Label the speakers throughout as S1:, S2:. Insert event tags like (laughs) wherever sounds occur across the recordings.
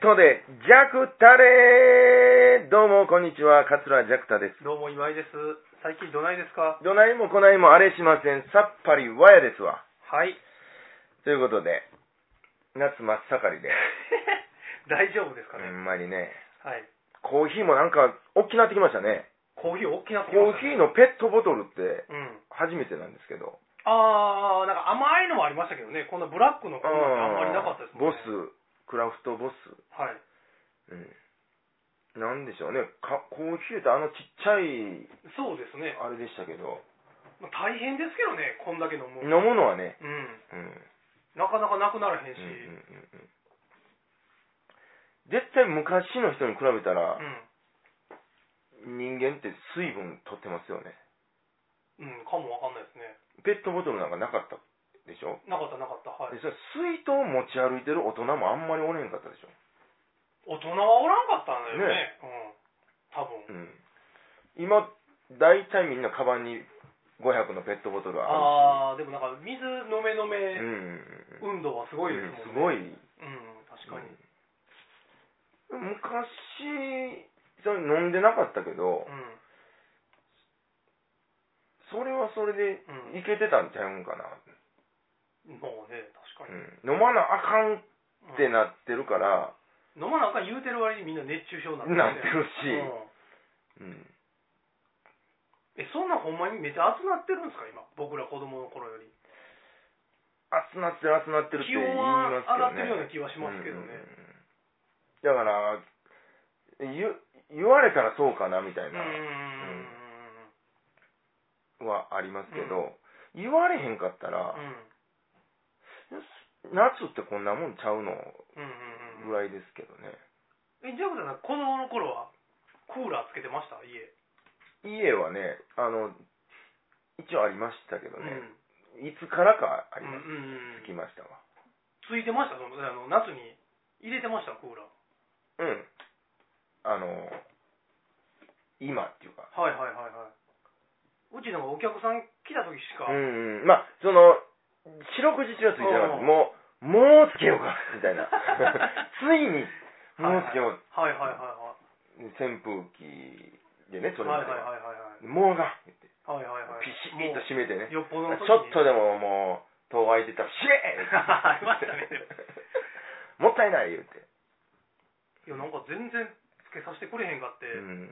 S1: トで、ジャクタレどうも、こんにちは。桂ジャクタです。
S2: どうも今井です。最近どないですか
S1: どないもこないもあれしません。さっぱりわやですわ。
S2: はい。
S1: ということで、夏真っ盛りで、
S2: (laughs) 大丈夫ですか
S1: ほ
S2: ね、
S1: んまにね、
S2: はい。
S1: コーヒーもなんか、大きなってきましたね。
S2: コーヒー大きな
S1: コーヒーのペットボトルって、
S2: うん。
S1: 初めてなんですけど。
S2: あー、なんか甘いのもありましたけどね。こんなブラックのこんなってあんまりなかったです
S1: ボ
S2: もん
S1: ス
S2: ね。。、
S1: クラフトボス。
S2: はい。
S1: うん。なんでしょうね。かコーヒーってあのちっちゃい、
S2: そうですね。
S1: あれでしたけど、
S2: まあ、大変ですけどね、こんだけ飲む。う
S1: 飲
S2: ん。
S1: むのはね、うん。
S2: なかなかなくならへんし。
S1: う
S2: うん
S1: うん
S2: ん。
S1: うんうん絶対昔の人に比べたら、人間って水分取ってますよね
S2: うん、かもわかんないですね。
S1: ペットボトルなんかなかったでしょ
S2: なかったなかった。は
S1: で
S2: い。
S1: それ水筒を持ち歩いてる大人もあんまりおれへんかったでしょ
S2: 大人はおらんかったんだよね。
S1: ね
S2: うん。多分。
S1: うん今大体みんなカバンに500のペットボトルはあるし
S2: あー、でもなんか水飲め飲
S1: うん
S2: め
S1: うんうん
S2: 運動はすごいです
S1: うんす
S2: もんね。
S1: ごい、
S2: うん、確か
S1: う
S2: に。
S1: ん昔それ飲んでなかったけど
S2: う、ん。
S1: それはそれで
S2: うん
S1: いけてたんちゃうんかな、
S2: もうね、確かに。
S1: うん飲まなあかん
S2: うん
S1: ってなってるから、
S2: 飲まなんかん言うてる割にみんな熱中症に
S1: な
S2: な
S1: っ
S2: ってて
S1: るし
S2: う
S1: う
S2: ん
S1: ん、
S2: え、そんなんほんまにめっちゃ熱なってるんですか、今。僕ら子供の頃より。
S1: 熱なってる熱なってるって
S2: 気
S1: 言い
S2: 温
S1: ま
S2: は
S1: すけどね
S2: 上がってるような気はしますけど
S1: う
S2: ね。
S1: んうんだから言言われたらそうかなみたいう
S2: ー
S1: な、
S2: ん。
S1: はありますけど、言われへんかった
S2: う
S1: ら、
S2: ん。
S1: 夏ってこんなもんちゃうの
S2: うんうん
S1: ぐ
S2: うん。
S1: らいですけどね、
S2: え、ジャクさん、子供の頃はクーラーつけてました家。
S1: 家はねあの一応ありましたけど
S2: うん。
S1: ね、いつからかあ
S2: う
S1: りま
S2: ん
S1: し
S2: うんうん
S1: つきましたわ
S2: ついてました、そのあの夏に。入れてました、クーラー。
S1: うんあの今っていうか
S2: はいはいはいはい。うちなんかお客さん来た時しか、
S1: うんうん、まあその四六時中はついてなかった
S2: うん
S1: もうもうつけようかみた
S2: (laughs)
S1: いなついにもうつけよう、
S2: はいはいはいは
S1: 扇風機でね
S2: い。
S1: それ
S2: は
S1: ま
S2: い
S1: で
S2: はい
S1: は
S2: はいはいはい。
S1: もうが言って
S2: はいはいはい。
S1: ピシッと
S2: も
S1: 閉めてね
S2: うよっぽどの時に
S1: ちょっとでももう戸開いてたら「しれー
S2: (laughs) ありましたね
S1: (laughs) もったいない言うて、
S2: いや、なんか全然つけさせてくれへんかって、
S1: うん、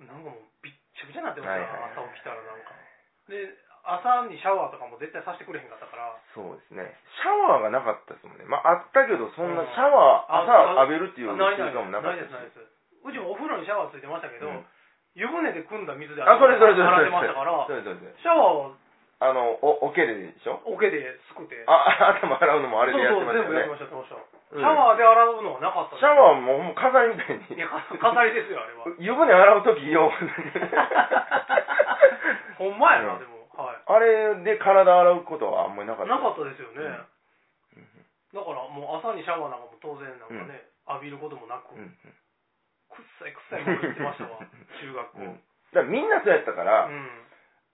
S2: なんかもうびっちゃびちゃになってまし
S1: は
S2: た、
S1: いはい
S2: 朝起きたらなんか。で、朝にシャワーとかも絶対させてくれへんかったから、
S1: そうですねシャワーがなかったですもんねまああったけどそんなシャワー、
S2: うんあ
S1: 朝浴びるっていう
S2: ないない
S1: 習慣もなか
S2: な
S1: っ
S2: い
S1: たし
S2: ですないです。うちもお風呂にシャワーついてましたけど、
S1: うん
S2: 湯船で汲んだ水で
S1: あそれそれそれ
S2: 洗
S1: そ
S2: っ
S1: れ
S2: てましたから
S1: そ、れそれそれ
S2: シャワーは
S1: あのおおけででしょ
S2: 桶ですくって、
S1: あ、 (laughs) 頭洗うのもあれでやってましたよね。
S2: そうそう、全部やってました、やってました。
S1: うん
S2: シャワーで洗うのはなかった
S1: シャワーももう飾りみたい
S2: ーい
S1: に。
S2: や、か (laughs) 飾りですよ、あれは。
S1: 湯船洗うとき用。
S2: (laughs) ほんまやな、
S1: うん
S2: でも。はい。
S1: あれで体洗うことはあんまりなかった。
S2: なかったですよね。
S1: うん
S2: だからもう朝にシャワーなんかも当然なんかね、浴びることもなく、
S1: うんうん
S2: くっさいくっさいも言ってまし
S1: (laughs)
S2: たわ、中学校。
S1: う
S2: うんん。
S1: だからみんなそうやったから、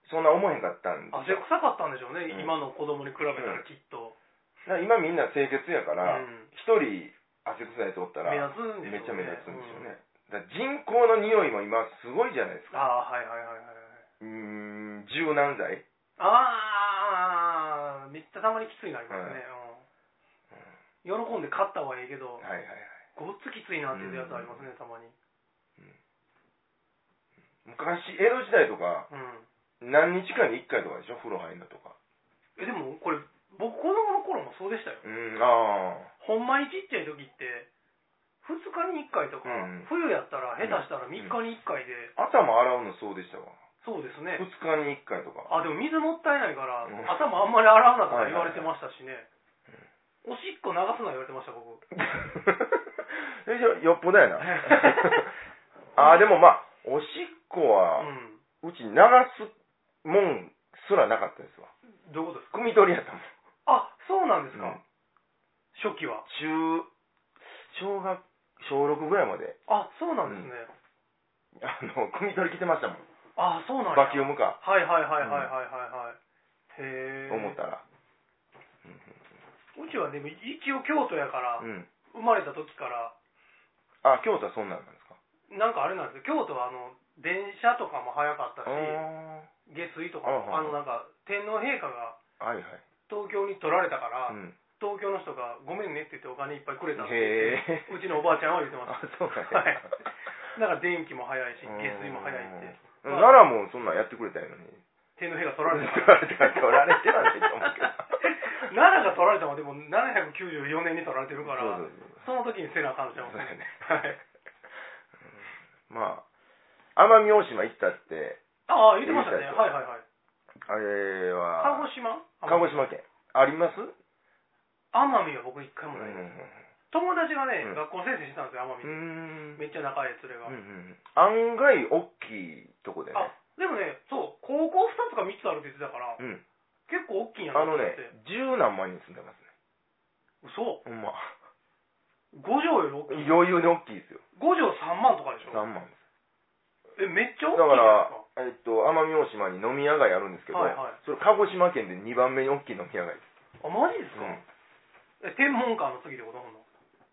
S1: そんな思えへんかったんです
S2: 汗
S1: よ。
S2: 臭かったんでしょうね、
S1: うん
S2: 今の子供に比べたらきっと。
S1: だから今みんな清潔やか
S2: う
S1: ら、
S2: ん。
S1: 一、人汗臭いやつおったら、
S2: 目
S1: め
S2: 立
S1: ち
S2: つんでしょうね。
S1: ゃ目立つんですよ
S2: うん
S1: ね。だから人工の匂いも今すごいじゃないですか。
S2: ああ、はいはいはいはいはい。
S1: うーん、柔軟剤。
S2: ああ、めっちゃたまにきついなりますね。うん喜んで勝ったはええけど
S1: はい、はいはい。
S2: ごっつきついなっていうやつありますね、たまに。
S1: 昔、江戸時代とか、
S2: うん。
S1: 何日かに1回とかでしょ風呂入るのとか。
S2: えでもこれ僕子供の頃もそうでしたよ
S1: うん、ああ。
S2: ほんまにちっちゃい時って2日に1回とか、
S1: うん
S2: 冬やったら下手したら3日に1回で、
S1: 頭洗うのそうでしたわ。
S2: そうですね
S1: 2日に1回と (laughs) か。
S2: あでも水もったいないから、
S1: うん
S2: 頭あんまり洗うなとか言われてましたしね、おしっこ流すな言われてました僕
S1: それじゃよっぽどやな。 (laughs) ああ、でもまあ、おしっこ
S2: う
S1: は、
S2: ん
S1: うち流すもんすらなかったですわ。
S2: どういうことですか
S1: 汲み取りやったもん。
S2: あそうなんですか、
S1: うん
S2: 初期は
S1: 中、小学、小6ぐらいまで、
S2: あそうなんですね、
S1: あの、 (laughs) 汲み取り来てましたもん。
S2: あそうなん
S1: バキュー
S2: ム
S1: ムか、
S2: はいはいはいはいはいはいはい、へえ
S1: 思ったら。
S2: うちはでも一応京都やから、
S1: うん。
S2: 生まれた時から
S1: あ、京都はそんなんなんですか
S2: なんかあれなんですよ京都はあの電車とかも早かったし
S1: あ
S2: 下水とかも
S1: あ
S2: あ
S1: あ
S2: のなんか天皇陛下が
S1: あ、はいはい。
S2: 東京に取られたから、
S1: うん。
S2: 東京の人が「ごめんね」って言ってお金いっぱいくれたって
S1: へえ。
S2: (laughs) うちのおばあちゃんは言ってま
S1: あ
S2: す、
S1: そうなん
S2: は
S1: や
S2: い。だから電気も早いし
S1: うん
S2: 下水も早いって
S1: うん奈良もそんなんやってくれたんやのに。
S2: 天皇陛下取られたか
S1: 取られてはないと思うけど
S2: 奈良が取られたのはでも794年に取られてるからそ
S1: そうそう
S2: の時にせなあかんちゃい
S1: (laughs)
S2: ます
S1: そうやね
S2: ねはい
S1: そう。まあ、奄美大島行ったって、
S2: ああ言ってましたね
S1: 言って
S2: は
S1: ま
S2: いはいはい
S1: あれは、
S2: 鹿児島
S1: 鹿児島県。あります
S2: 奄美は僕一回
S1: う
S2: もない、
S1: ん。
S2: 友達がね、
S1: うん
S2: 学校先生してたんですよ奄
S1: うん。
S2: 美、めっちゃ仲いい連れが、
S1: うんうん案外大きいとこでね
S2: あでもねそう高校2つか3つあるって言ってたから、
S1: うん
S2: 結構大きいんや
S1: あ
S2: なと
S1: の
S2: 思っ
S1: ね
S2: て
S1: 十何万人住んでますねほ
S2: 嘘
S1: んま
S2: 5畳より大きい
S1: 余裕に大きいですよ
S2: 5畳3万とかでしょ
S1: 3万で
S2: えめっちゃ
S1: すだ
S2: 大
S1: から
S2: きいじゃないです
S1: えっと
S2: か
S1: 奄美大島に飲み屋街あるんですけど、
S2: はいはい
S1: それ鹿児島県で2番目に大きい飲み屋街です、
S2: あマジです
S1: う
S2: か、
S1: ん
S2: え天文館の次ってことほんの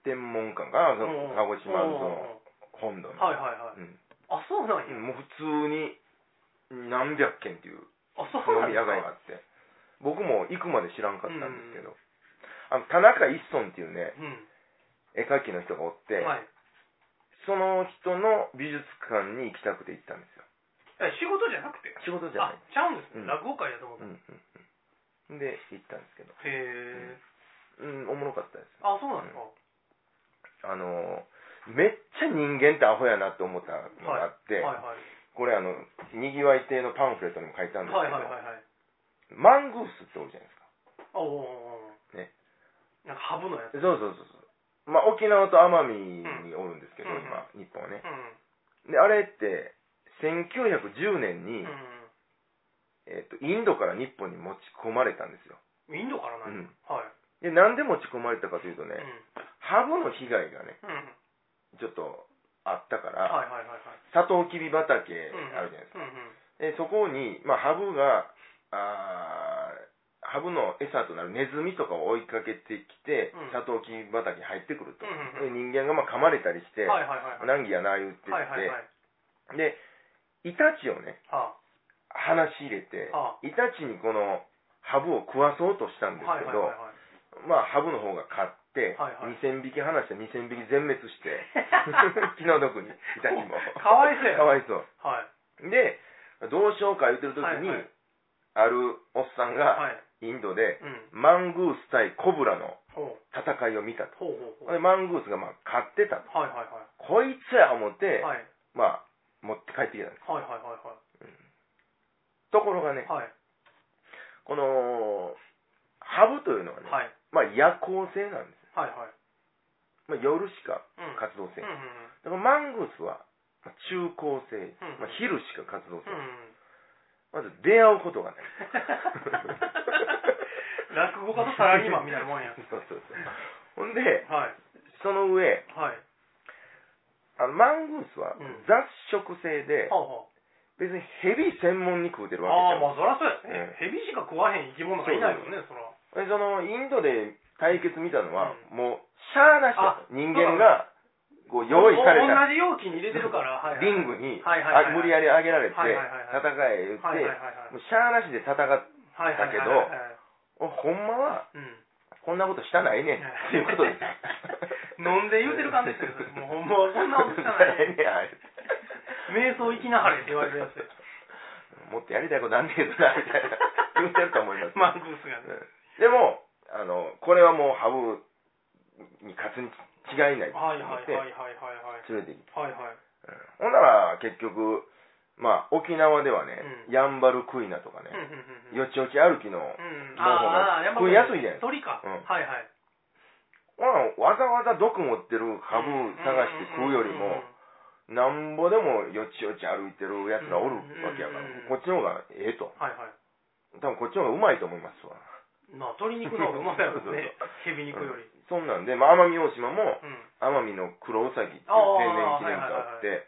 S1: 天文館かなその鹿児島のその
S2: の
S1: 本土の、
S2: はいはいはい、
S1: うん
S2: あそうな
S1: う
S2: んや、
S1: んもう普通に何百軒っていう
S2: あそう
S1: 飲
S2: なん
S1: み屋
S2: ですか
S1: 街があって僕も行くまで知らんかったんですけど、あの田中一村っていうね
S2: うん
S1: 絵描きの人がおって、
S2: はい
S1: その人の美術館に行きたくて行ったんですよ。
S2: え仕事じゃなくて
S1: 仕事じゃない。
S2: あちゃうんで
S1: う
S2: す
S1: ん
S2: ね、落語会やと思っ
S1: う
S2: た、
S1: んうんうん。で、行ったんですけど。
S2: へえ、
S1: うん、おもろかったです。
S2: あそうなんですか、
S1: あのー、めっちゃ人間ってアホやなって思ったのがあって、
S2: はいはい
S1: これあの、にぎわい亭のパンフレットにも書いてあるんです
S2: はい
S1: けど、
S2: はいはいはい。
S1: マングースっておるじゃないですか。
S2: あおー
S1: ね。
S2: なんかハブのやつ。
S1: そうそうそうそう。まあ、沖縄と奄美におるんですけど、
S2: うん
S1: 今、日本はね。
S2: う
S1: で、あれって、1910年に、
S2: ん。
S1: えっと、インドから日本に持ち込まれたんですよ。
S2: うん。インドからな
S1: う
S2: い、
S1: ん
S2: はい。
S1: で、なんで持ち込まれたかというとね、ハブの被害がね、
S2: うん。うん。
S1: ちょっとあったか
S2: はい
S1: ら、
S2: はいはいはい。
S1: サトウキビ畑あるじ
S2: う
S1: ゃ
S2: ん。
S1: ないですか。
S2: うんう
S1: でそこ
S2: ん。
S1: に、まあ、ハブが、あーハブの餌となるネズミとかを追いかけてきて
S2: うん、
S1: サトウキビ畑に入ってくると。
S2: うんうん
S1: で人間がまあ噛まれたりして、
S2: はいはいはいはい。
S1: 難儀やな言って
S2: はいはいは
S1: っ
S2: い。
S1: て、で、イタチをね、
S2: は
S1: 話し入れて、
S2: あ
S1: イタチにこのハブを食わそうとしたんです
S2: はいは
S1: け
S2: いはい
S1: ど
S2: は、い。
S1: まあ、ハブの方が勝って、
S2: はいはい
S1: 2000匹離して2000匹全滅
S2: (laughs)
S1: して、気の毒に、イタチも。
S2: かわいそうやな
S1: かわいそ
S2: はい。
S1: う。で、どうしようか言ってる時に、
S2: はいはい
S1: あるおっさん
S2: は
S1: が、
S2: い。
S1: インドで、
S2: うん。
S1: マングース対コブラの
S2: ほう。
S1: 戦いを見たと。
S2: ほうほうほう。
S1: でマングースがまあ勝ってたと。
S2: はいはいは
S1: こいつや思っ
S2: い。
S1: て、
S2: はい。
S1: まあ、持って帰ってきたんです。
S2: はいはいはい
S1: ところがね、
S2: はい。
S1: この、ハブというのはね、
S2: はい。はい。
S1: まあ夜行性なんです。
S2: はいはい。
S1: まあ、夜しか
S2: うん。
S1: 活動せ
S2: うんんうん
S1: だからマングースはまあ中高生、
S2: うん
S1: まあ、昼しか活動す
S2: うん。
S1: る、
S2: うん。 (laughs)
S1: まず出会うことがない
S2: 落語家とサラリーマンみたいなもんや。はい。
S1: (laughs) そうそうそうほんでその上
S2: はい。
S1: あのマングースは
S2: うん
S1: 雑食性で、
S2: はあはあ。
S1: 別にヘビ専門に食うてる
S2: ああ
S1: わ
S2: まあそりゃそうや
S1: え
S2: ね、ヘビしか食わへん生き物がいないもんねそら
S1: けじゃんでそのインドで対決見たのは、
S2: う
S1: もうシャーなしだ人間がこう用意された
S2: 同じ容器に入れてるから、はいはい
S1: リングに
S2: はいはいはい
S1: あ無理やり上げられて
S2: はいはいはい
S1: 戦え言って、
S2: はいはいはいはい
S1: もうシャーなしで戦っ
S2: はいはいはいはい
S1: だけどおほんまは
S2: うん
S1: こんなことしたないねんっていうことです
S2: (laughs) 飲んで言うてる感じですよ
S1: (laughs)
S2: もうほんまはこんなことしたないね
S1: ねんあれ
S2: 瞑想行きなはれって言われるやつや
S1: もっとやりたいことあんねんけどなみたいな言ってると思います、
S2: マングースが
S1: う
S2: ね
S1: んでもあのこれはもう羽生に勝つに違いないと
S2: は
S1: 思
S2: い
S1: っ
S2: はい
S1: て
S2: はいはいはいはい
S1: 連れて行って、
S2: はいはい
S1: うんほんなら結局まあ沖縄ではね、
S2: うん
S1: やんばるクイナとか
S2: うん
S1: ね、
S2: うんうんうん
S1: よちよち歩きの、
S2: う
S1: もう
S2: ん
S1: ほら
S2: ああやっぱ
S1: 食いやすいじゃないですか
S2: 鳥か
S1: う
S2: は
S1: ん
S2: いはい
S1: ほらわざわざ毒持ってるハブ探して食うよりも、なんぼでもよちよち歩いてるやつがおるわけやから、
S2: うんうんうんうん
S1: こっちの方がええと。
S2: はいはい
S1: 多分こっちの方がうまいと思いますわ。
S2: まあ鶏肉の方がうまいやろねヘビ肉より
S1: そんなんで、まあ、奄美大島も、
S2: うん
S1: 奄美の黒うさぎっていう
S2: あー
S1: 天然記念があって、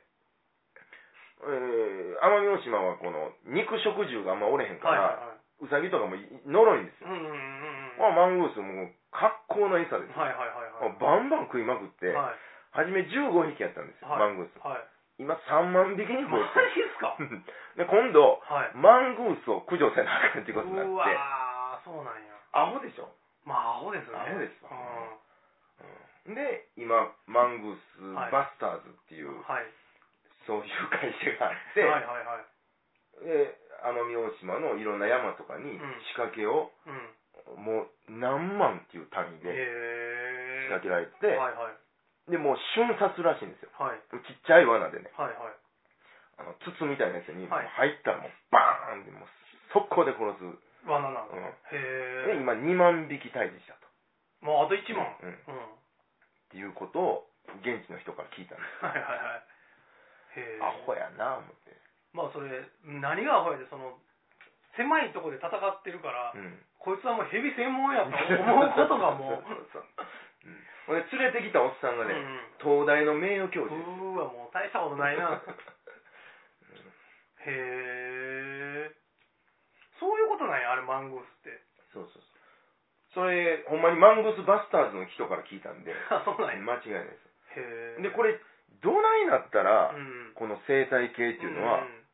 S1: えー奄美大島はこの肉食獣があんまおれへんか
S2: はいは
S1: ら、
S2: いはいう
S1: さぎとかもい呪いんですよ。
S2: うんうんうんうん
S1: まあ、マングースも格好の餌です
S2: はいはいはい
S1: よ。まあバンバン食いまくって、
S2: はい。は
S1: 初
S2: い。
S1: め15匹やったんですよ、
S2: は
S1: マ
S2: い
S1: ングース。
S2: はい。
S1: 今3万匹に増
S2: マ
S1: えてる
S2: ジっすか
S1: (laughs) で、今度、
S2: はい。
S1: マングースを駆除せなあかんっていうことにな
S2: う
S1: っ
S2: わ
S1: て、
S2: ー、そうなんや。
S1: アホでしょ。
S2: まあ、アホです
S1: ア
S2: ね。
S1: ホですわ
S2: う
S1: うんで、今、マングース
S2: はい
S1: バスターズっていう、
S2: ん。はい。
S1: そういう会社があって、
S2: はいはいはい。
S1: で奄美大島のいろんな山とかに
S2: ん
S1: 仕掛けを、
S2: うん。
S1: もう何万っていう単位で仕
S2: へ
S1: 掛けられて、
S2: はいはい。
S1: で、もう瞬殺らしいんですよ。
S2: はい。
S1: ちっちゃい罠でね、
S2: はいはい。
S1: あの筒みたいなやつにもう
S2: は
S1: 入
S2: い
S1: ったらもうバーンってもう速攻で殺す。
S2: バナナ。
S1: うんで、
S2: へえ。
S1: 今2万匹退治したと。
S2: もうあと1万。
S1: うん。っ
S2: うん。
S1: ていうことを現地の人から聞いたんです。
S2: はいはいはい。へえ。
S1: アホやなぁ思って。
S2: まあそれ、何がアホやで、その、狭いとこで戦ってるから、
S1: うん。
S2: こいつはもうヘビ専門やと思うことがも
S1: (laughs)
S2: う。
S1: そうそうそううんほんで連れてきたおっさんがね、
S2: うん
S1: 東大の名誉教
S2: う
S1: 授です。
S2: ーわ、もう大したことないな。へえ。そういうことなんや、あれ、マンゴースって。
S1: (laughs) そうそうそう。それ、ほんまにマングースバスターズの人から聞いたんで、
S2: あ、 (laughs) そうなんや。
S1: 間違いないで
S2: へ
S1: す。
S2: え。
S1: で、これ、どないなったら、
S2: うん、
S1: この生態系っていうのは
S2: ん、ん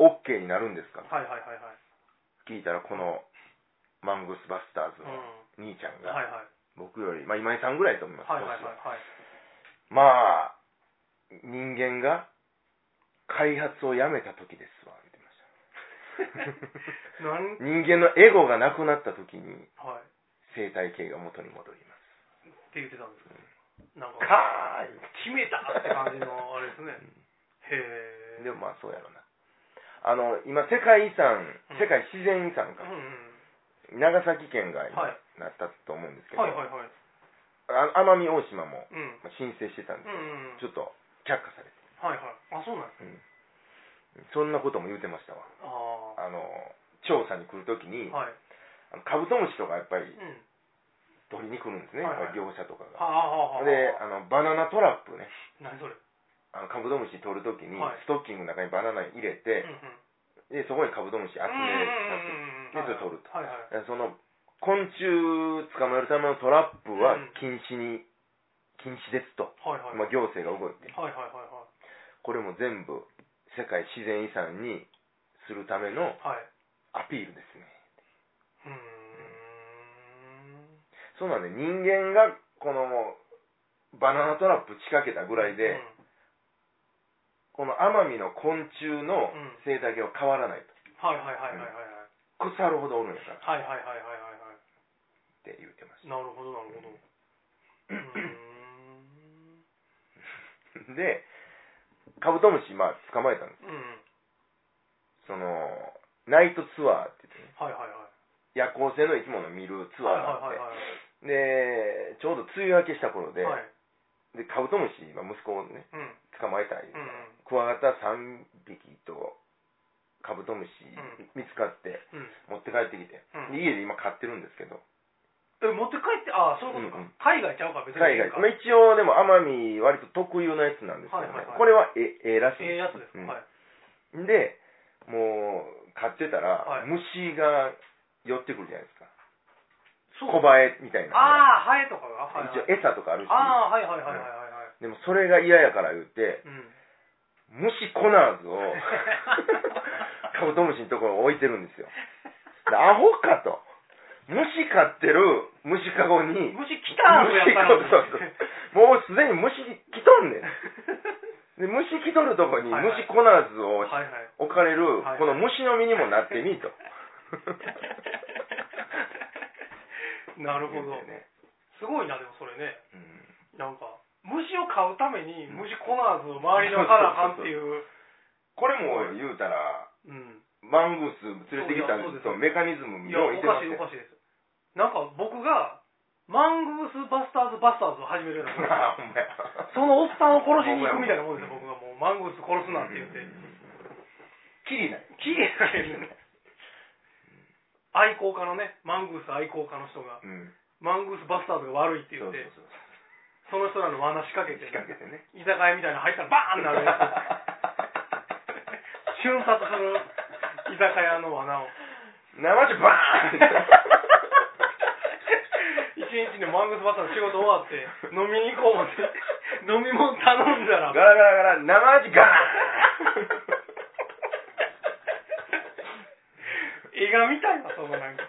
S1: OK になるんですか
S2: はいはいはいはい。
S1: 聞いたら、このマングースバスターズ
S2: うん。
S1: の兄ちゃん
S2: はい
S1: が、
S2: はい。
S1: 僕より、まあ今井さんぐらいと思います。
S2: はいはいはい
S1: 年は
S2: はい。
S1: まあ、人間が開発をやめた時ですわ、言ってました。
S2: なん
S1: 人間のエゴがなくなった時に
S2: はい。
S1: 生態系が元に戻りま
S2: って言ってたんですけど。なん
S1: す。
S2: か、
S1: かーい
S2: 決めたって感じのあれですね。へえ。
S1: でもまあそうやろな。あの、今世界遺産、
S2: うん
S1: 世界自然遺産
S2: う
S1: か、
S2: んうん。
S1: 長崎県が今、
S2: はい
S1: なったと思うんですけど、
S2: はいはいはい。
S1: あ奄美大島も
S2: うん。
S1: まあ申請してたん
S2: う
S1: です
S2: んうん。
S1: けど、ちょっと却下されて、
S2: はいはい。あ、そうなんや
S1: そんなことも言うてましたわ。
S2: あ
S1: あの、調査に来るときに、
S2: あ。はい。
S1: あのカブトムシとかやっぱり
S2: うん。
S1: 取りに来るんですね、
S2: はいはい
S1: やっぱり業者とか
S2: はあ
S1: が。
S2: はあはあ。
S1: で、あの、バナナトラップね、
S2: 何それ。
S1: あのカブトムシ取るときに
S2: はい、
S1: ストッキングの中にバナナ入れ
S2: う
S1: て、
S2: んうん。
S1: で、そこにカブトムシ集めさせて
S2: うんうんうんう
S1: で
S2: ん
S1: それ取ると
S2: はいはい。
S1: えその昆虫捕まえるためのトラップは
S2: うん
S1: 禁止に、禁止ですと、
S2: はいはい。
S1: まあ、行政が動いて、
S2: はいはいはいは
S1: これも全部世界自然遺産にするための
S2: い。はい。
S1: アピールですね。
S2: うーん。
S1: そうなんで、人間がこのバナナトラップ仕掛けたぐらいで、
S2: うん
S1: この奄美の昆虫の生態系は変わらないと。
S2: はいはいはいはいはいは
S1: 腐
S2: い。
S1: るほどおるんやからっ
S2: はいはいはいはいはいはい。
S1: て言ってまし
S2: なるほどなるほど。うー
S1: た。 (laughs)
S2: ん。
S1: で、カブトムシ、まあ、捕まえたんです。
S2: うん。
S1: その、ナイトツアーって言ってね、
S2: はいはいはい。
S1: 夜行性の生き物を見るツアーがあって、
S2: はいはいはいはい。
S1: で、ちょうど梅雨明けした頃で、
S2: はい。
S1: でカブトムシ、まあ息子をね、
S2: うん。
S1: 捕まえたい、
S2: うんうん。
S1: クワガタ3匹とカブトムシ
S2: ん
S1: 見つかって、
S2: うん。
S1: 持って帰ってきて、
S2: うん
S1: で家で今飼ってるんですけど、
S2: え、持って帰って、ああ、そういうこ
S1: う
S2: と
S1: んう
S2: か
S1: ん。
S2: 海外ちゃうか、別に。
S1: 海外、
S2: か
S1: まあ、一応でも奄美割と特有のやつなんですけどね、
S2: はいはいはい
S1: これはえええらしい
S2: ええやつですか。
S1: うん
S2: はい。
S1: で、もう飼ってたら、
S2: はい
S1: 虫が寄ってくるじゃないですか。
S2: そう
S1: 小映えみたいなのが。
S2: ああ、ハエとかが。はいはい
S1: 一応餌とかあるし、
S2: ああ、はいはいはいはいはいはい。
S1: でもそれが嫌やから言って、
S2: うん。
S1: 虫コナー
S2: (laughs)
S1: ズをカブトムシのところに置いてるんですよ。でアホかと。虫飼ってる虫かごに、
S2: 虫来たのやったのに。
S1: そうそうもうすでに虫来とんねん。で虫来とるとこに
S2: はいはい
S1: 虫コナーズを (laughs)
S2: はいはい。
S1: 置かれる
S2: はいはい、
S1: この虫の身にもなってみい
S2: (laughs)
S1: と。
S2: なるほ
S1: 言
S2: ど
S1: う。てね
S2: すごいな、でもそれね。
S1: うん
S2: なんか、虫を飼うために虫コナーズを周りに置かなあかんっていう。
S1: これも言うたら、
S2: うん。
S1: マングース連れてきた
S2: そうです
S1: と
S2: そうで
S1: メ
S2: す
S1: カニズム
S2: い
S1: に
S2: や、
S1: よう
S2: お
S1: 似てま
S2: か
S1: す
S2: し
S1: ね
S2: いお。かしいです。なんか僕が、マングースバスターズバスターズを始めるようなもんで
S1: ああ、
S2: す
S1: ほんまや。 (laughs)
S2: そのおっさんを殺しに行くみたいなもんですよ、僕がもう。マングース殺すなんて言って。
S1: キリない。
S2: 期限がいるね。愛好家のね、マングース愛好家の人が、
S1: うん。
S2: マングースバスターズが悪いって言
S1: そうそう
S2: っ
S1: そう
S2: て、。その人らの罠仕掛けて
S1: 仕、掛けてね。
S2: 居酒屋みたいなの入ったらバーンなるやつ。 (laughs) 瞬殺する居酒屋の罠を。 (laughs)
S1: 生地バーン
S2: 一日のマングースバスターの仕事終わって、飲みに行こうって、飲み物頼んだら
S1: ガ
S2: (laughs)
S1: ラガラガラ、生味ガー
S2: 映画みたいなそのなんか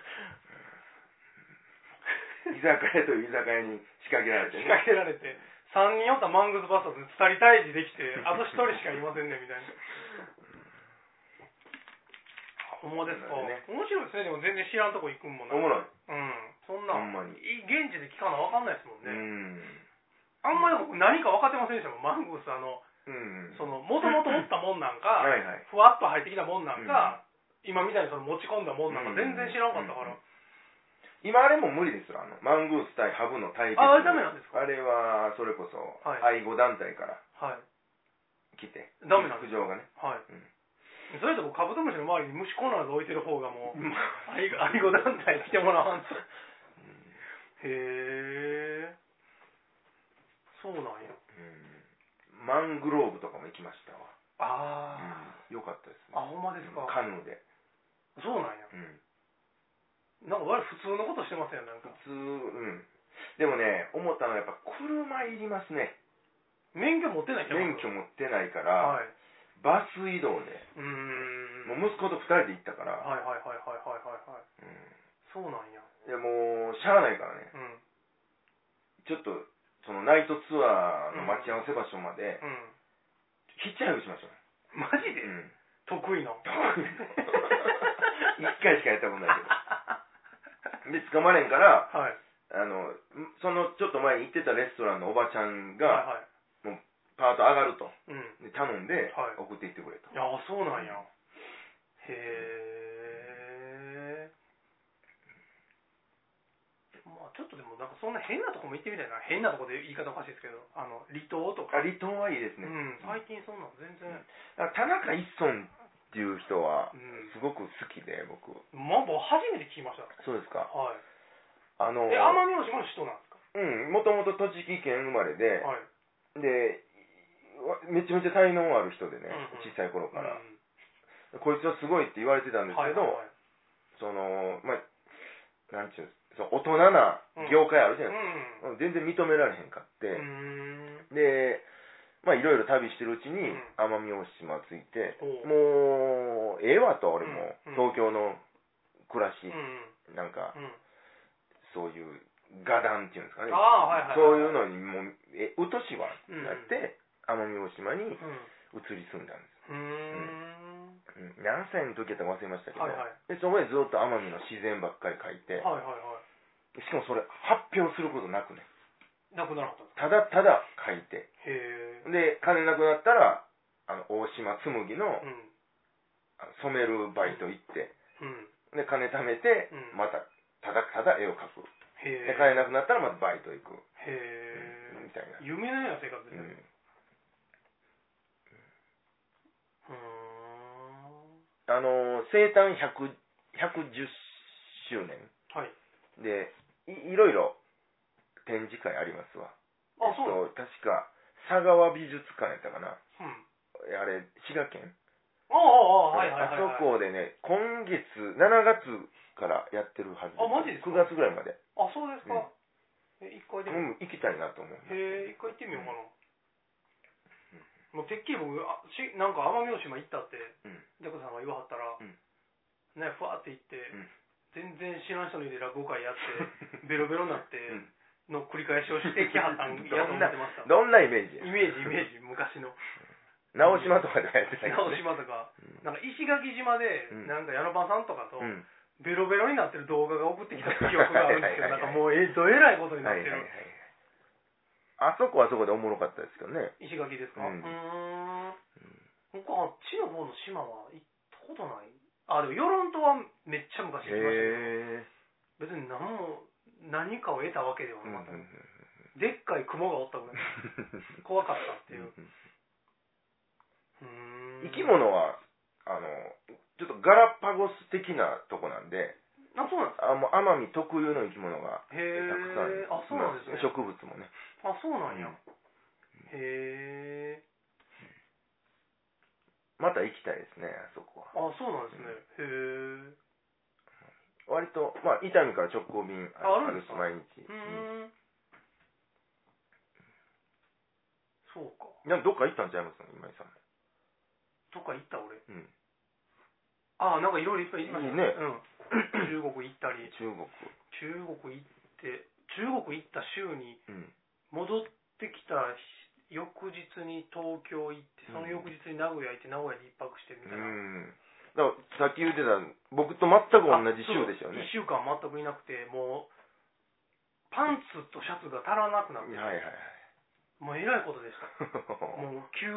S1: ン
S2: (laughs)
S1: 居酒屋という居酒屋に仕掛けられて
S2: 仕
S1: ね。
S2: 掛けられて3人おったマングスバスターズ2人退治できてあと1人しかいませんねみた (laughs) いなほんまですか、
S1: なる
S2: 面白いですねでも全然知らんとこ行くんも
S1: おもろい。
S2: なうんそんな
S1: ほんまに。
S2: い現地で聞かな分かんないですもん
S1: う
S2: ね、
S1: ん。
S2: あんまり僕何か分かってませんでしたもんマングスあの
S1: うん。
S2: そのもともとおったもんなん
S1: (laughs) は
S2: か
S1: いはい。
S2: ふわっと入ってきたもんなんか、今みたいにその持ち込んだもんなんか全然知らんかったから、
S1: うん今あれも無理ですよ、あの、マングース対ハブの対決。
S2: ああれダメなんですか
S1: あれは、それこそ、
S2: は
S1: 愛護団体から
S2: はい
S1: 来て。
S2: ダメなんで
S1: 苦
S2: す
S1: 情がね。
S2: はい、
S1: うん
S2: それともカブトムシの周りに虫コーナーズ置いてる方が (laughs) もう
S1: うん
S2: 愛護愛護団体来てもらわんとへえそうなんや
S1: うんマングローブとかも行きましたわ。
S2: あ
S1: うんよかったです
S2: あ、あほんまで
S1: ね
S2: す。か
S1: カヌーで。
S2: そうなんや
S1: うん
S2: なんか我々普通のことしてますよなんか
S1: 普通、うん。でもね、思ったのはやっぱ車いりますね。
S2: 免許持ってないやん
S1: 免許持ってないから、
S2: はい
S1: バス移動で。
S2: うーん
S1: もう息子と二人で行ったから、
S2: はいはいはいはいはいはいはいそうなんや
S1: うん。いや、もう、しゃあないからね。
S2: うん
S1: ちょっと、そのナイトツアーの待ち合わせ場所まで、
S2: うん
S1: ヒッチハイクしましょう。
S2: マジで、
S1: うん。 (laughs)
S2: 得意な
S1: 一回しかやったことないけど。で、捕まれんから、
S2: はい
S1: あの、んそのちょっと前に行ってたレストランのおばちゃん
S2: はい
S1: が、
S2: はい
S1: パート上がると。
S2: うん
S1: で、頼んで
S2: はい、
S1: 送っていってくれと。
S2: いやそうなんやへえまあちょっとでもなんかそんな変なとこも行ってみたいな変なとこで言い方おかしいですけどあの離島とか、
S1: あ、離島はいいです
S2: う
S1: ね。
S2: ん最近そんなん全然
S1: だから田中一村っていう人は
S2: う、
S1: すごく好きで、僕。
S2: んまあ僕初めて聞きました
S1: そうですか。
S2: はい
S1: あの、
S2: え奄美大島の人なんですか
S1: うん、もともと栃木県生まれで、
S2: はい
S1: で、わめちゃめちゃ才能ある人でね
S2: うんう
S1: 小
S2: ん、
S1: さい頃か
S2: う
S1: ら。
S2: ん
S1: こいつはすごいって言われてたんです
S2: はい
S1: け
S2: はい
S1: ど
S2: は、い
S1: その、まあ、なんちゅうんですその大人な業界あるじゃないですか。うん全然認められへんかって。
S2: うんうんうん
S1: で、まあ、いろいろ旅してるうちに
S2: うん、
S1: 奄美大島着いて、
S2: おう
S1: もう、ええわと、俺も
S2: うん、
S1: 東京の暮らし
S2: う、ん
S1: なんか、
S2: うん
S1: そういう、画壇っていうんですかね。
S2: ああはいはいはい
S1: そういうのに、もう、え、うとしは、
S2: うん
S1: なって、奄美大島に移
S2: うん
S1: り住んだんです。
S2: うーん
S1: うん何歳の時やったか忘れましたけど、
S2: はいはい
S1: でそこでずっと奄美の自然ばっかり書いて、
S2: はいはいは
S1: しかもそれ、発表することなくね、
S2: いなくならなかったんで
S1: ただただ書いて、
S2: すへえ
S1: で、金なくなったら、あの大島紬の
S2: うん
S1: あの染めるバイト行って、
S2: うん
S1: で、金貯めて
S2: う、ん
S1: また、ただただ絵を描く。
S2: へ
S1: で、
S2: え
S1: 金なくなったらまたバイト行く。
S2: へ
S1: みたいな
S2: え。夢のような生活で
S1: う
S2: す
S1: ん
S2: ねうーん
S1: あのー、生誕100 110周年
S2: はい
S1: でい、いろいろ展示会ありますわ。
S2: あそうなん
S1: えっと確か、佐川美術館やったかな。
S2: うん
S1: あれ、滋賀県
S2: ああああはいはい
S1: あ
S2: はいは
S1: そ
S2: い
S1: こでね、今月、7月からやってるはず
S2: あマジですか
S1: ?9 月ぐらいまで。
S2: あそうです
S1: うん
S2: かえ一回
S1: う
S2: でも
S1: ん、行きたいなと思う。
S2: へえ一回行ってみようかなもうてっきり僕あしなんか奄美大島行ったって
S1: うん
S2: ジャコさんが言わはったら
S1: うん
S2: ねふわって行って
S1: ん
S2: 全然知らん人の家で落語会やっ
S1: (laughs)
S2: てベロベロになって
S1: うん
S2: の繰り返しをしてき
S1: (laughs)
S2: はったんやと思ってました
S1: どんなイメージ
S2: (laughs) イメージイメージ昔の
S1: 直島とかではやってたけど、
S2: 直
S1: ね。
S2: 島とか
S1: うん
S2: なんか石垣島で
S1: うん
S2: なんか矢野場さんとかと
S1: うん。
S2: ベロベロになってる動画が送ってきた記憶があるんですけど
S1: は
S2: な
S1: はいは
S2: いん
S1: い
S2: かもうえどえらいことになっ
S1: はい
S2: て
S1: はいはい
S2: る。
S1: あそこはあそこでおもろかったですけどね。
S2: 石垣ですか
S1: う
S2: うんーん僕はあっちの方の島は行ったことないあでも与論島はめっちゃ昔行きましたけど
S1: へ
S2: 別に何も何かを得たわけでは
S1: ぇー。
S2: なかったでっかい雲がおった (laughs) ぐらい怖かったっていううーん
S1: 生き物は、あの、ちょっとガラパゴス的なとこなんで、
S2: あそうなんですか
S1: あもう奄美特有の生き物が
S2: へ
S1: たくさんい
S2: え
S1: ます
S2: あそうなんですね
S1: 植物もね。
S2: あそうなんや、
S1: うん
S2: へえ
S1: また行きたいですね、あそこは。
S2: あそうなんですね、へえ
S1: 割と、まあ、伊丹から直行便
S2: あ
S1: あ
S2: あ
S1: る
S2: るんです
S1: し、
S2: か
S1: 毎日。
S2: うーんそうか。
S1: なんどっか行ったんちゃいます今井さん。
S2: どっか行った俺。
S1: うん。
S2: ああ、なんかいろいろいっぱい行きましたね。
S1: いいね (clears throat)
S2: うん。中国行ったり、
S1: 中国。
S2: 中国行って、中国行った週に
S1: うん。
S2: 戻ってきた日翌日に東京行って、その翌日に名古屋行って、名古屋で一泊してみ
S1: う
S2: たいな。
S1: ん。だから、さっき言ってた、僕と全く同じ週でしたよ
S2: 1
S1: ね。
S2: 週間全くいなくてもうパンツとシャツが足らなくなって、
S1: はいはいはい。
S2: もうえらいことでしたもう急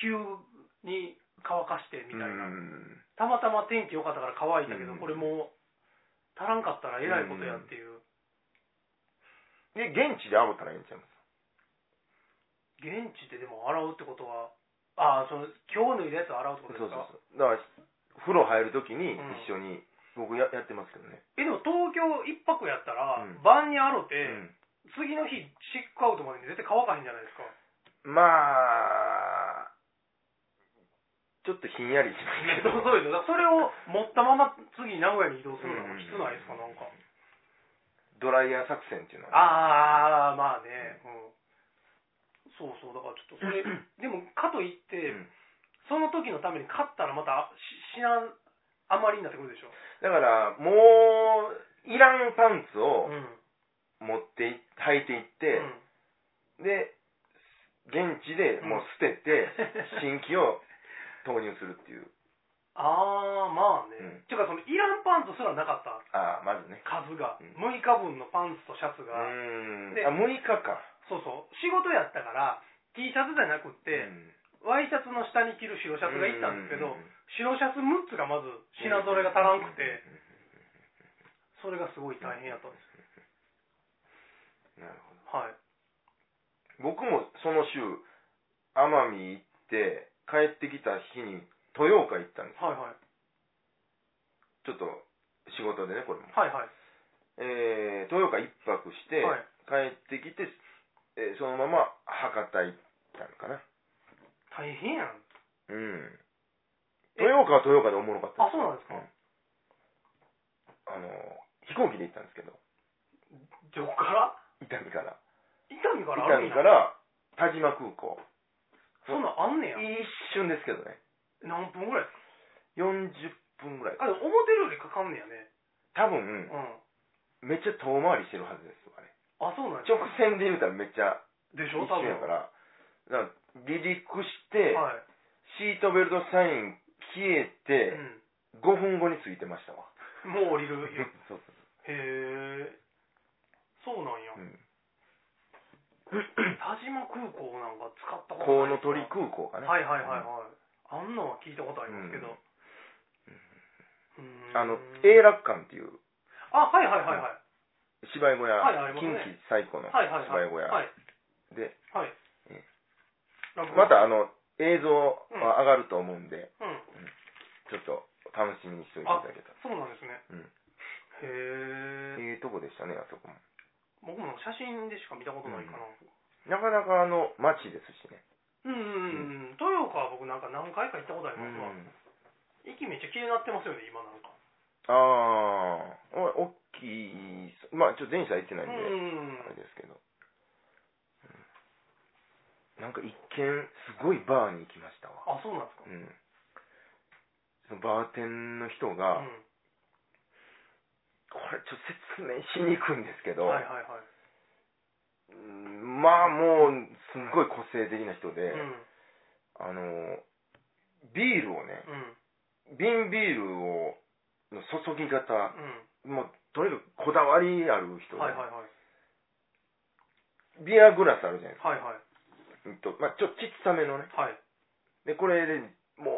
S2: 急に乾かしてみたいな、
S1: うん
S2: たまたま天気良かったから乾いたけど、
S1: うん
S2: これもう足らんかったらえらいことやっていう、
S1: で、現地で会おうたらええんちゃいます
S2: 現地ででも洗うってことはああその今日脱いだやつを洗うってこと
S1: そう
S2: です
S1: そう
S2: か
S1: そう。だから、風呂入るときに
S2: うん
S1: 一緒に、僕ややってますけどね。
S2: えでも東京一泊やったら、
S1: うん
S2: 晩に洗っ
S1: う
S2: て、
S1: ん
S2: 次の日シックアウトまでに絶対乾かへんじゃないですか
S1: まあ、ちょっとひんやりしますけど。
S2: (laughs) (laughs) そうですよだからそれを持ったまま次名古屋に移動するの
S1: う
S2: も
S1: ん
S2: きつないですかなんか
S1: ドライヤー作戦っていうのは。
S2: ああまあねうんそうそうだからちょっとそ (clears throat) れでもかといっ
S1: う
S2: て
S1: ん
S2: その時のために買ったらまたしなあまりになってくるでしょ
S1: だから、もう、いらんパンツを
S2: うんうん
S1: 持ってい、履いていって、
S2: (laughs)
S1: で、現地でもう捨てて、
S2: (laughs)
S1: 新規を投入するっていう。
S2: ああまあね、
S1: うん
S2: ていうかそのいらんパンツすらなかった
S1: ああ、まずね。
S2: 数が、
S1: うん
S2: 6日分のパンツとシャツ
S1: う
S2: が、
S1: ーん。
S2: で
S1: あ、6日か。
S2: そうそう仕事やったから T シャツじゃなくって、
S1: うん
S2: ワイシャツの下に着る白シャツがいったんですけど、
S1: う
S2: 白シャツ6つがまず品揃えが足らんくて、それがすごい大変やったんです
S1: なるほど。
S2: はい
S1: 僕もその週、奄美行って、帰ってきた日に、豊岡行ったんです。
S2: はいはい
S1: ちょっと、仕事でね、これも。
S2: はいはい
S1: えー、豊岡一泊して、
S2: はい
S1: 帰ってきて、えーそのまま博多行ったのかな。
S2: 大変やん
S1: うん。
S2: え
S1: 豊岡は豊岡でおもろかった
S2: あそうなんですか、
S1: あのー、飛行機で行ったんですけど、
S2: どこから
S1: 伊丹から。
S2: 伊丹か
S1: 伊
S2: らあるん
S1: 丹
S2: や
S1: から田島空港。
S2: そんなんあんねや
S1: 一瞬ですけどね。
S2: 何分ぐらいです
S1: 40分ぐらい。
S2: かあでも思ってるよりかかんねやね
S1: 多
S2: う
S1: 分、
S2: ん
S1: めっちゃ遠回りしてるはずですあれ。
S2: あそうなんや
S1: 直線で言うたらめっちゃ
S2: でし
S1: 一
S2: ょ多
S1: 瞬
S2: 分
S1: やから。だから離陸して、
S2: は
S1: シートベルトサイン消え
S2: い、
S1: て、
S2: う
S1: 5分後に着いてましたわ。
S2: (laughs) ん、もう降りるへ
S1: そう
S2: えそうなんや、
S1: そう。うん。
S2: 田島空港なんか使ったことない
S1: コウノトリ空港かな。
S2: はいはいはいはい、あんのは聞いたことありますけど、うーん
S1: あの、永楽館っていう
S2: あはいはいはいはい、
S1: 芝居小屋、
S2: はいあります
S1: 近
S2: ね
S1: 畿最古の
S2: はいはいは
S1: 芝居
S2: い
S1: 小屋
S2: はい
S1: で、
S2: はい
S1: え
S2: 落語
S1: またあの、映像は上がると思うんで、
S2: うん
S1: ちょっと楽しみにしておいていただけたら。
S2: そうなんですね
S1: うん。
S2: へ
S1: ええ
S2: え
S1: とこでしたね、あそこも。
S2: 僕も写真でしか見たことないかな
S1: なかなかあの、街ですしね。
S2: うんうんうん、豊岡は僕なんか何回か行ったことありますわ、
S1: うん
S2: 駅めっちゃ気になってますよね今なんか
S1: ああ、お大きい、まあちょっと電車行ってな
S2: う
S1: いん
S2: ん
S1: で、
S2: うん
S1: あ
S2: うん
S1: れですけど。うんなんか一見、すごいバーに行きましたわ。
S2: あそうなんですか
S1: うん。そのバーテンの人
S2: う
S1: が、
S2: ん
S1: これちょっと説明しに行くんですけど、
S2: はいはいは
S1: う
S2: い、
S1: んまあもう、すっごい個性的な人で、
S2: うん
S1: あの、ビールをね、
S2: うん
S1: 瓶ビールを、の注ぎ方、
S2: う
S1: もうとにかくこだわりある人
S2: ん
S1: で、
S2: はいはいはい
S1: ビアグラスあるじゃないですか。
S2: はいはい
S1: うんとまあ、ちょっとちっさめのね。
S2: はい
S1: で、これでも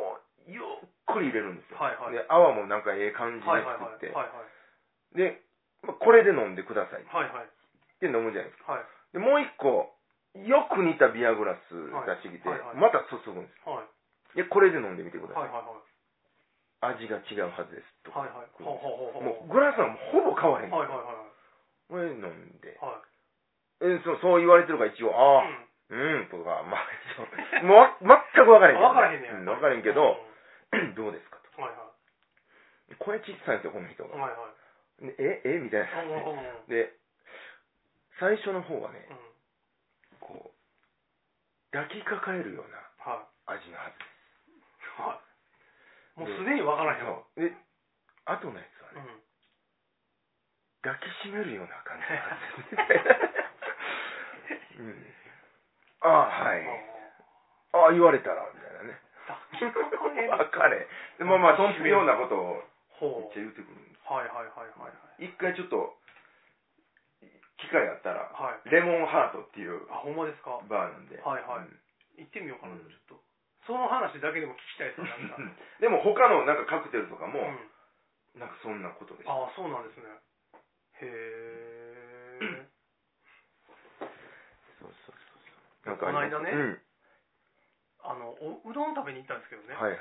S1: う、ゆっくり入れるんですよ。
S2: はいはい
S1: で、泡もなんかええ感じで
S2: はいはい
S1: 作
S2: は
S1: って
S2: い、はいはい
S1: で、まあこれで飲んでくださいっ
S2: はいはい
S1: て飲むじゃないですか
S2: はい
S1: で、もう一個、よく似たビアグラス出してきて、
S2: はいはいはい
S1: また注ぐんで
S2: はい
S1: す。で、これで飲んでみてくだ
S2: はいはい
S1: さい。
S2: はい
S1: 味が違うはずです。と
S2: はいはいほうほうほう
S1: も
S2: ほ
S1: う、グラスはもうほぼ変わ
S2: う
S1: へん。
S2: はいはいはい
S1: これ飲んで。
S2: はい
S1: えそうそう言われてるから一応、
S2: う
S1: ああ、
S2: ん
S1: うん、とか、まあ、そうもうわ全く分からへんけど、
S2: 分からへんねや
S1: うん分からへんけど、 (clears throat) どうですか
S2: うんはい
S1: と。これ小さいんですよ、この人
S2: はい
S1: が。
S2: はいはい
S1: でええみたい
S2: うんうん
S1: な。
S2: うん
S1: で、最初の方はね、
S2: う
S1: こ抱きかかえるような
S2: は
S1: 味のはずです
S2: い。はい。もうすでにわからへんわ。
S1: そうで後のやつは
S2: う
S1: ね、
S2: ん。
S1: 抱きしめるような感じのはず
S2: (laughs)
S1: ですね、うん、ああはいああ言われたらみたいなね
S2: 抱きかかえ
S1: (laughs)
S2: る。
S1: 別れでまあまあそんなようなことをめっ
S2: ほ
S1: ちゃ言ってくるんで
S2: う。はいはいはいはい
S1: す一回ちょっと機会あったら
S2: はい。はい。
S1: レモンハートっていう
S2: あ、ほんまですか。
S1: バーなんで
S2: はいはい
S1: うん
S2: 行ってみようかな、
S1: うん
S2: ちょっと。その話だけでも聞きたいですね、なんか。
S1: でも他のなんかカクテルとか (laughs) も、
S2: うん。
S1: なんかそんなことでした
S2: ああ、そうなんですね。へえ。
S1: そうそうそうなんかあります
S2: この間
S1: うん
S2: ねあのおうどん食べに行ったんですけどね、
S1: はいはい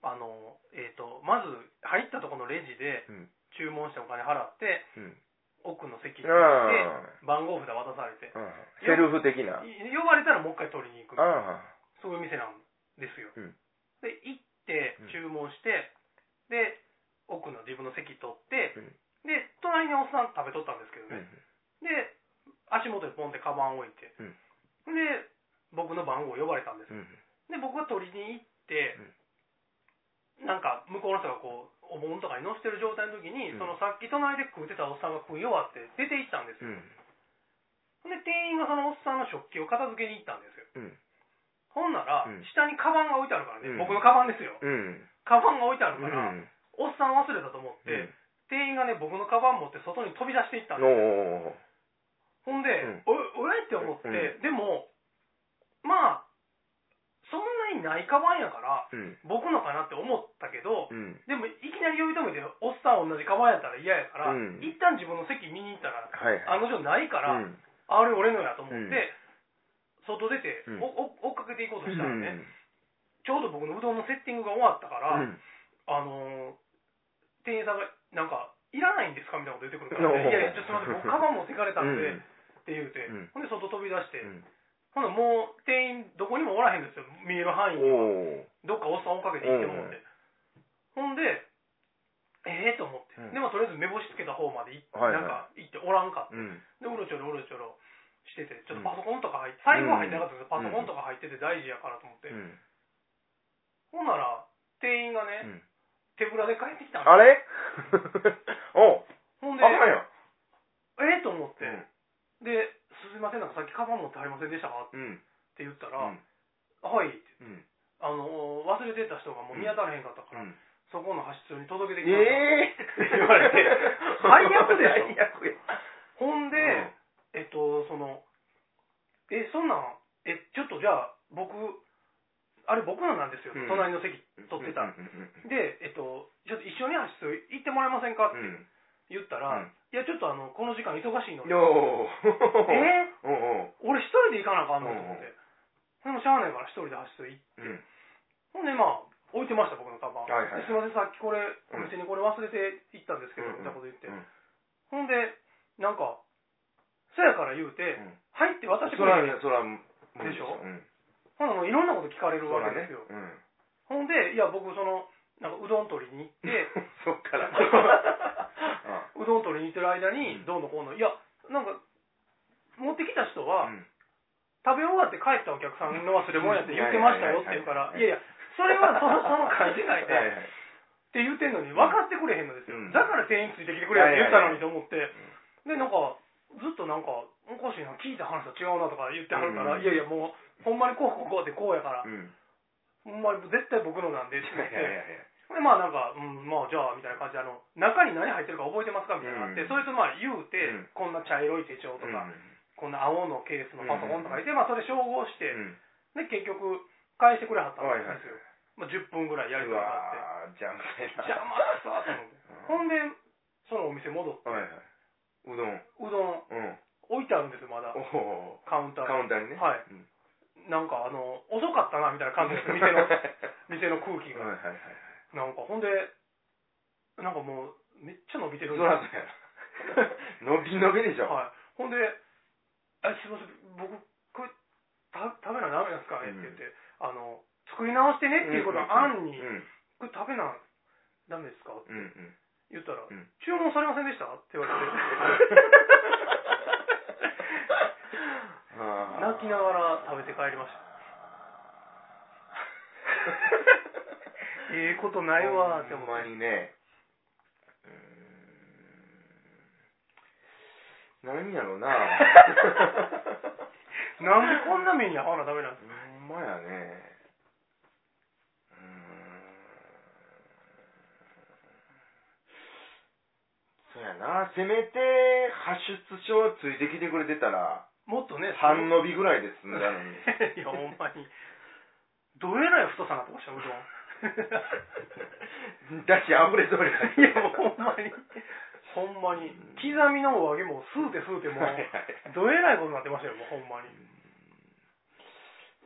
S2: あのえー、とまず入ったところのレジで
S1: うん
S2: 注文してお金払って
S1: うん
S2: 奥の席に行って
S1: あ
S2: 番号札渡されて
S1: あうんセルフ的なあ
S2: い呼ばれたらもう一回取りに行く
S1: あ
S2: そういう店なんですよ、
S1: うん
S2: で行って
S1: うん
S2: 注文して、で奥の自分の席取って、
S1: うん
S2: で隣におっさん食べとったんですけど
S1: うん
S2: ね、で足元にポンってカバン置いて、
S1: うん
S2: で僕の番号呼ばれたんです
S1: うん
S2: よで僕が取りに行って、なんか向こうの人がこうお盆とかに乗せてる状態の時に、
S1: うん
S2: そのさっき隣で食うてたおっさんが食い終わって出て行ったんです
S1: うん
S2: よ、で店員がそのおっさんの食器を片付けに行ったんです
S1: う
S2: よ
S1: ん
S2: ほんなら、
S1: うん
S2: 下にカバンが置いてあるから
S1: う
S2: ね、
S1: ん
S2: 僕のカバンですよ
S1: うん
S2: カバンが置いてあ
S1: う
S2: る
S1: ん
S2: から、おっさん忘れたと思って、
S1: うん
S2: 店員がね僕のカバン持って外に飛び出していったんです
S1: おー
S2: ほんで、
S1: うん
S2: おおえって思っ
S1: う
S2: て、でもまあそんなにないカバンやから
S1: うん
S2: 僕のかなって思ったけ
S1: う
S2: ど、
S1: ん
S2: でもいきなり呼び止めておっさん同じカバンやったら嫌やから、
S1: うん
S2: 一旦自分の席見に行ったら
S1: はいはい
S2: あの女ないから、
S1: うん
S2: あれ俺のやと思っ
S1: うん
S2: て、外出て、
S1: うん
S2: おお追っかけていこうとしたら
S1: うん
S2: ね、ちょうど僕のうどんのセッティングが終わったか
S1: う
S2: ら、
S1: ん
S2: あのー店員さんがなんか「いらないんですか?」みたいなこと言ってくるから、
S1: おう
S2: いやいやちょっと待って僕カバン持ってかれたんで、
S1: う
S2: っ
S1: ん
S2: て言うて、
S1: うん
S2: ほんで外飛び出して、
S1: うん
S2: ほんでもう店員どこにもおらへんですよ見える範囲には
S1: おー
S2: どっかおっさん追っかけて行ってもって、ほんでええと思って、
S1: うん
S2: でもとりあえず目星つけた方まで行って、
S1: はいはい
S2: なんか行っておらんかっ
S1: う
S2: た
S1: ん
S2: でうろちょろうろちょろしててちょ
S1: うん
S2: っとパソコンとか入って、財布は入ってなかったけど、
S1: うん
S2: パソコンとか入ってて大事やからと思って、
S1: うん
S2: ほんなら店員が
S1: う
S2: ね、
S1: ん
S2: 手ぶらで帰ってきたん
S1: あ
S2: (laughs)
S1: れおう
S2: ほん
S1: あ
S2: で
S1: かんや
S2: えー、と思って、
S1: うん
S2: で「すいませんなんかさっきカバン持ってありませんでしたか?」っ
S1: うん
S2: て言った
S1: う
S2: ら「
S1: ん
S2: はい」って
S1: うん
S2: あのー忘れてた人がもう見当たらへんかったから、
S1: うん
S2: そこの発出所に届けてきました、
S1: ええ
S2: って言われて最悪でしょ
S1: 最悪や
S2: ほんで、
S1: うん
S2: えっとそのえそんなんえちょっとじゃあ僕あれ僕のなんですよ、
S1: うん
S2: 隣の席取ってた、
S1: うんうん
S2: でえっとちょっと一緒に発出所行ってもらえませんかっ
S1: う
S2: て
S1: んうん
S2: 言ったら、
S1: うん
S2: いやちょっとあのこの時間忙しいので
S1: よー
S2: えー
S1: おうお
S2: 俺一人で行かなあかんのと思って、でもしゃあないから一人で走って行って
S1: ううん
S2: ほんでまあ置いてました僕のカバン、
S1: はいはい
S2: ですいませんさっきこれお店にこれ忘れて行ったんですけど、
S1: うん
S2: みたいなこと言って、
S1: うん
S2: ほんでなんかそやから言うて、
S1: うん
S2: 入って渡して
S1: そ
S2: くれ
S1: らそら
S2: でしょ
S1: うん
S2: ほんならもういろんなこと聞かれる
S1: そ
S2: わ
S1: ら
S2: けで
S1: ね
S2: すよ、
S1: うん
S2: ほんでいや僕そのなんかうどん取りに行って
S1: (laughs) そっからあ
S2: (laughs) うどん取りに行ってる間に
S1: うん
S2: どうのこうのいやなんか持ってきた人
S1: う
S2: は
S1: ん
S2: 食べ終わって帰ったお客さんの忘れ物やって言ってましたよって言うから
S1: うん
S2: いやいやそれはそのその勘違いで
S1: はいはい
S2: って言ってんのに分かってくれへんのですよ、
S1: うん
S2: だから店員ついてきてくれって言ったのにと思って、でなんかずっとなんかおかしいな聞いた話と違うなとか言ってはるから、
S1: うん
S2: いやいやもうほんまにこうこうこうってこうやから、
S1: うん
S2: ほんまに絶対僕のなんでって
S1: い
S2: 言
S1: やい
S2: っ
S1: やいやいや
S2: てでまあなんか、うん、まあじゃあみたいな感じであの中に何入ってるか覚えてますかみたいなのがあって、
S1: うん
S2: それとまあ言うて、
S1: うん
S2: こんな茶色い手帳とか、こんな青のケースのパソコンとかいて、まあそれ照合し
S1: う
S2: て、
S1: ん
S2: で結局返してくれはったん
S1: はいはい
S2: ですよ、まあ、10分ぐらいやり
S1: う
S2: とりがあって
S1: わー邪魔やな
S2: 邪魔ださと思
S1: う
S2: ってほんでそのお店戻って
S1: んはいはいうどん
S2: うどん
S1: うん
S2: 置いてあるんですよまだ
S1: おお
S2: カウンタ
S1: カ
S2: ー
S1: ウンターにね
S2: はい
S1: うん
S2: なんかあの遅かったなみたいな感じです店の
S1: (laughs)
S2: 店の空気
S1: はいはい
S2: が
S1: はい
S2: なんかほんでなんかもうめっちゃ伸びて
S1: そ
S2: る
S1: らそうやな伸び伸びでしょ
S2: はいほんで「あすいません僕これた食べなダメなんですかね」って言って、あの「作り直してね」っていうことはあんに
S1: うんうん
S2: 「これ食べなダメですか?」って
S1: うんうん
S2: 言ったら
S1: うん
S2: 「注文されませんでした?」って言われて
S1: (laughs) あー
S2: 泣きながら食べて帰帰りましたええこと (laughs) ないわーって
S1: ほん
S2: 思
S1: ま
S2: って
S1: にねうーん何や
S2: (laughs)
S1: ろうな
S2: なんでこんな目に遭わなダメなんですか
S1: ほんまやねうーんそうやなせめて発出症ついてきてくれてたら
S2: もっとね
S1: 半伸びぐらいで済んだのに
S2: (laughs) いや、ほんまに。どえらい太さになってました、う (laughs) どん。 (laughs)
S1: だし溢れそうになって
S2: いや、ほんまに。ほんまに。刻みのお揚げも、すうてすうても、
S1: はいはいう
S2: どえらいことになってましたよ、もうほんま (laughs) に。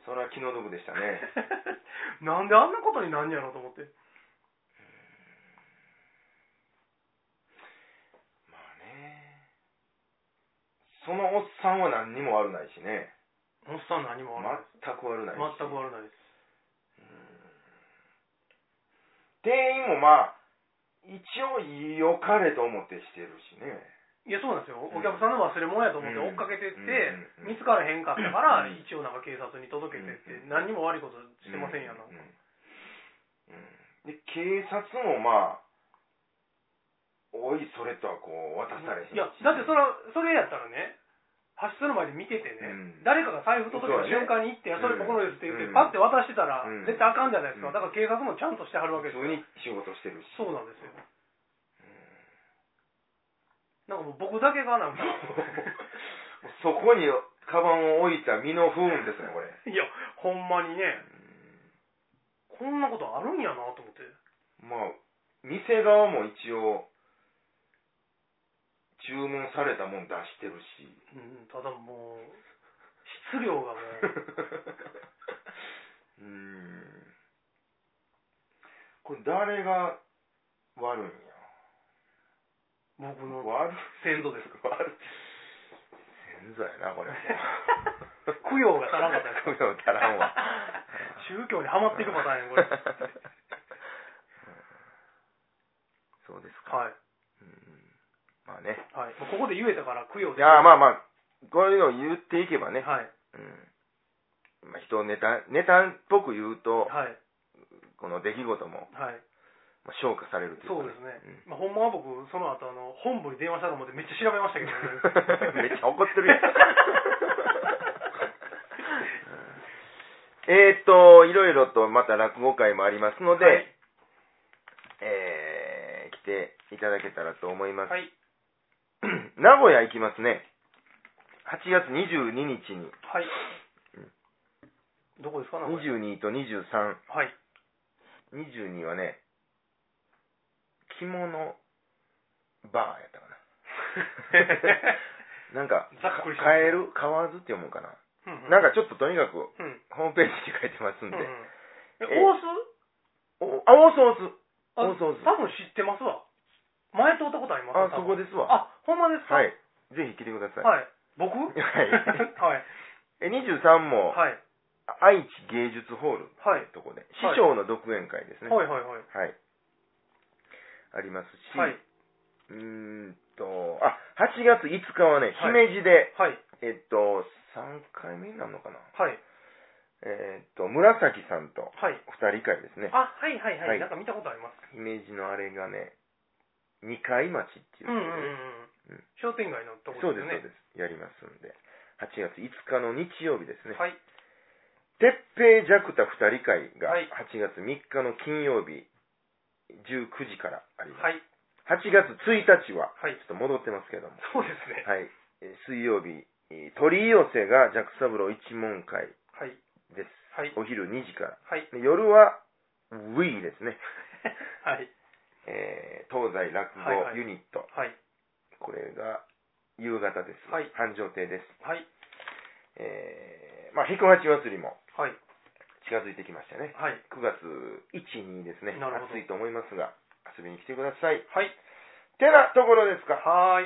S1: それは気の毒でしたね
S2: なんであんなことになんやろうと思って。
S1: まあねそのおっさんは何にも悪ないしね
S2: おっさん何も
S1: 全
S2: 悪い。
S1: く悪ないし
S2: 全く悪ないです。
S1: 店員もまあ一応良かれと思ってしてるしね
S2: いや、そうなんですよ。お客さんの忘れ物やと思って
S1: うん
S2: 追っかけてって
S1: うん、
S2: 見つからへんかったから、
S1: うん
S2: 一応なんか警察に届けてって
S1: う、ん
S2: 何にも悪いことしてませんやな
S1: う。うんで警察もまあおいそれとはこう渡されへんし
S2: いや、だってそれは、それやったらね、発出する前で見ててね、
S1: うん
S2: 誰かが財布届けた瞬間に行って、
S1: そうだね
S2: それここのですって言って、
S1: うん
S2: パッて渡してたら、
S1: うん
S2: 絶対あかんじゃないですか。
S1: うん
S2: だから警察もちゃんとしてはるわけです
S1: 普
S2: よ。
S1: 通に仕事してるし
S2: そうなんですよ。なんかもう僕だけがなんか、
S1: (laughs) そこにカバンを置いた身の不運ですねこれ
S2: いや、ほんまにね、こんなことあるんやなと思って。
S1: まあ店側も一応注文されたもん出してる
S2: (laughs)
S1: し
S2: うん、ただもう、質量がもう、
S1: うーんこれ誰が悪いんや
S2: 僕の
S1: 悪い
S2: 先祖ですか
S1: 悪い先祖やなこれも
S2: 供養が足らんかったですか
S1: 供養足らんわ
S2: 宗教にはまっていくパターンやん、これ。
S1: (laughs) そうですか、
S2: はい。
S1: うんまあね
S2: はい。もうここで言えたから供養
S1: い
S2: です。
S1: やーまあまあこういうのを言っていけばね、
S2: はい。
S1: うんまあ、人をネタネタっぽく言うと、
S2: はい。
S1: この出来事も、
S2: はい。
S1: まあ、消化されるという
S2: そう
S1: か
S2: ですね。まあ、ほんまは僕、その後、あの、本部に電話したと思ってめっちゃ調べましたけど、
S1: うん (laughs)
S2: (laughs)
S1: めっちゃ怒ってるやんえーっといろいろとまた落語会もありますので、
S2: はい
S1: えー来ていただけたらと思います、
S2: はい。
S1: 名古屋行きますね8月22日に
S2: はい。どこですか、名古屋
S1: 22と23
S2: はい。
S1: 22はね、着物バーやったか
S2: (laughs)
S1: な。なんか、
S2: ざっくりした
S1: カエル、河津って読むんかな。
S2: うん
S1: なんかちょっととにかく、
S2: うん。
S1: ホームページに書いてますん
S2: うん
S1: で。
S2: うんえ、
S1: え
S2: 大須
S1: おあ、オースオース。
S2: あ
S1: オースオース。
S2: 多分知ってますわ。前通ったことあります。
S1: あ、そこですすわ。
S2: あ、ほんまですか
S1: はい。ぜひ来てください。
S2: はい。僕はい (laughs) はい。
S1: え、23も、
S2: はい。
S1: 愛知芸術ホール
S2: はい。
S1: とこで、師匠の独演会ですね。
S2: はいはいはい。
S1: はい。ありますし、
S2: はい。
S1: うーんと、あ、8月5日はね、
S2: はい
S1: 姫路で、
S2: はい。
S1: えっと、3回目になるのかな
S2: はい。
S1: えっと、紫さんと
S2: はい。
S1: 2人会ですね。
S2: あ、はいはいは。
S1: はいい
S2: なんか見たことあります。
S1: 姫路のあれがね、二階町っていう
S2: うん
S1: とこ
S2: う
S1: ろで、
S2: んうんうん。商店街のとこ
S1: そ
S2: ろ
S1: うで、
S2: ですす
S1: そう
S2: ね。
S1: です。やりますんで。8月5日の日曜日ですね。
S2: はい。
S1: てっぺいじゃくた2人会が
S2: はい
S1: 8月3日の金曜日19時からあります。
S2: はい。
S1: 8月1日は、
S2: はい
S1: ちょっと戻ってますけども、
S2: そうですね。
S1: はい。えー水曜日、えー鳥居寄せがジャクサブロ一門会
S2: はい。
S1: です。
S2: はい。
S1: お昼2時から。
S2: はい。
S1: で夜は、ウィーです
S2: (laughs)
S1: ね。
S2: はい。
S1: えー東西落
S2: はいは
S1: 語
S2: い
S1: ユニット。
S2: はい。
S1: これが、夕方です。
S2: はい
S1: 繁盛亭です。
S2: はい。
S1: えー、まあ、彦八祭りも
S2: はい。
S1: 近づいてきましたね。
S2: はい。
S1: 9月1、2ですね。
S2: なるほど
S1: 暑いと思いますが、遊びに来てください。
S2: はい。
S1: てなところですか。
S2: はーい。